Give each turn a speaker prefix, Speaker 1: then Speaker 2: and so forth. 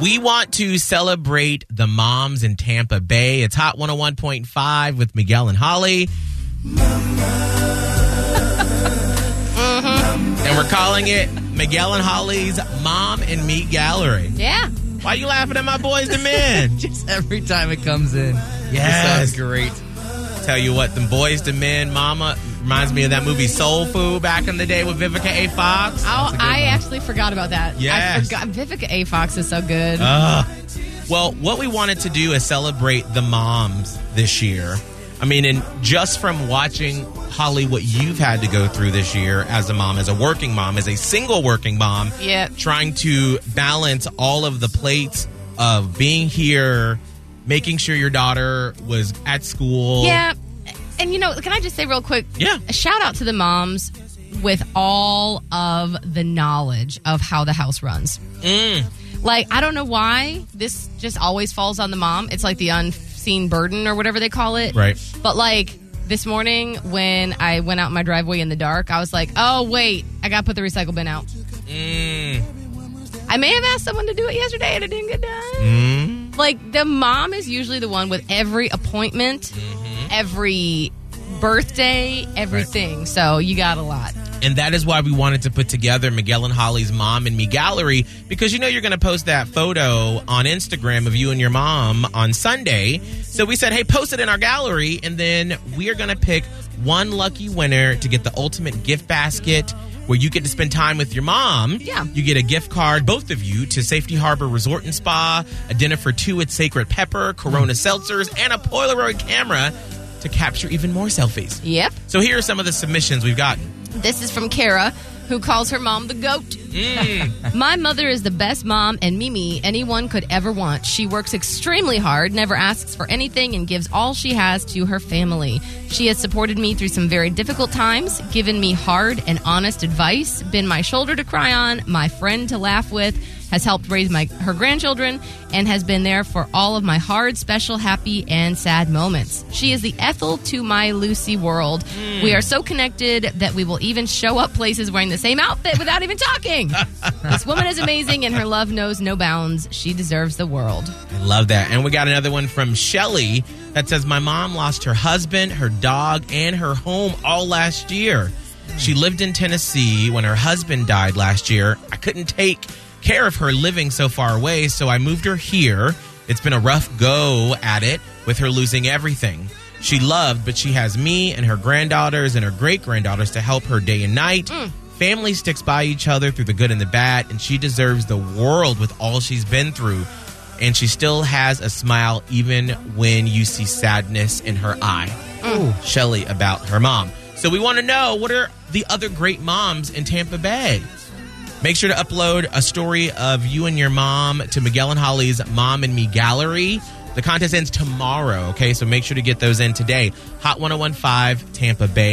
Speaker 1: We want to celebrate the moms in Tampa Bay. It's Hot 101.5 with Miguel and Holly. Mm-hmm. Mhm. And we're calling it Miguel and Holly's Mom and Meat Gallery.
Speaker 2: Yeah.
Speaker 1: Why you laughing at my boys, the men?
Speaker 3: Just every time it comes in.
Speaker 1: Yes.
Speaker 3: It sounds great.
Speaker 1: Tell you what, them boys to men, mama reminds me of that movie Soul Food back in the day with Vivica A. Fox.
Speaker 2: Oh,
Speaker 3: a good
Speaker 2: I
Speaker 3: one.
Speaker 2: actually forgot about that. I
Speaker 1: Yes.
Speaker 2: forgot. Vivica A. Fox is so good.
Speaker 1: Ugh. Well, what we wanted to do is celebrate the moms this year. I mean, and just from watching Holly, what you've had to go through this year as a mom, as a working mom, as a single working mom,
Speaker 2: Yep.
Speaker 1: trying to balance all of the plates of being here, making sure your daughter was at school.
Speaker 2: Yeah. And you know, can I just say real quick?
Speaker 1: Yeah.
Speaker 2: A shout out to the moms with all of the knowledge of how the house runs. Like, I don't know why this just always falls on the mom. It's like the unseen burden or whatever they call it.
Speaker 1: Right.
Speaker 2: But like this morning when I went out in my driveway in the dark, I was like, oh, wait, I got to put the recycle bin out.
Speaker 1: Mm.
Speaker 2: I may have asked someone to do it yesterday and it didn't get done. Like the mom is usually the one with every appointment, every birthday, everything. So you got a lot.
Speaker 1: And that is why we wanted to put together Miguel and Holly's Mom and Me Gallery because you know you're going to post that photo on Instagram of you and your mom on Sunday. So we said, hey, post it in our gallery. And then we are going to pick one lucky winner to get the ultimate gift basket where you get to spend time with your mom.
Speaker 2: Yeah.
Speaker 1: You get a gift card, both of you, to Safety Harbor Resort and Spa, a dinner for two at Sacred Pepper, Corona Seltzers, and a Polaroid camera to capture even more selfies.
Speaker 2: Yep.
Speaker 1: So here are some of the submissions we've gotten.
Speaker 2: This is from Kara, who calls her mom the goat. My mother is the best mom and Mimi anyone could ever want. She works extremely hard, never asks for anything, and gives all she has to her family. She has supported me through some very difficult times, given me hard and honest advice, been my shoulder to cry on, my friend to laugh with, has helped raise my her grandchildren, and has been there for all of my hard, special, happy, and sad moments. She is the Ethel to my Lucy world. We are so connected that we will even show up places wearing the same outfit without even talking. This woman is amazing and her love knows no bounds. She deserves the world.
Speaker 1: I love that. And we got another one from Shelly that says, My mom lost her husband, her dog, and her home all last year. She lived in Tennessee when her husband died last year. I couldn't take care of her living so far away, so I moved her here. It's been a rough go at it with her losing everything. She loved, but she has me and her granddaughters and her great granddaughters to help her day and night. Family sticks by each other through the good and the bad, and she deserves the world with all she's been through and she still has a smile even when you see sadness in her eye. Shelly about her mom. So we want to know what are the other great moms in Tampa Bay? Make sure to upload a story of you and your mom to Miguel and Holly's Mom and Me Gallery. The contest ends tomorrow, okay? So make sure to get those in today. Hot 1015 Tampa Bay.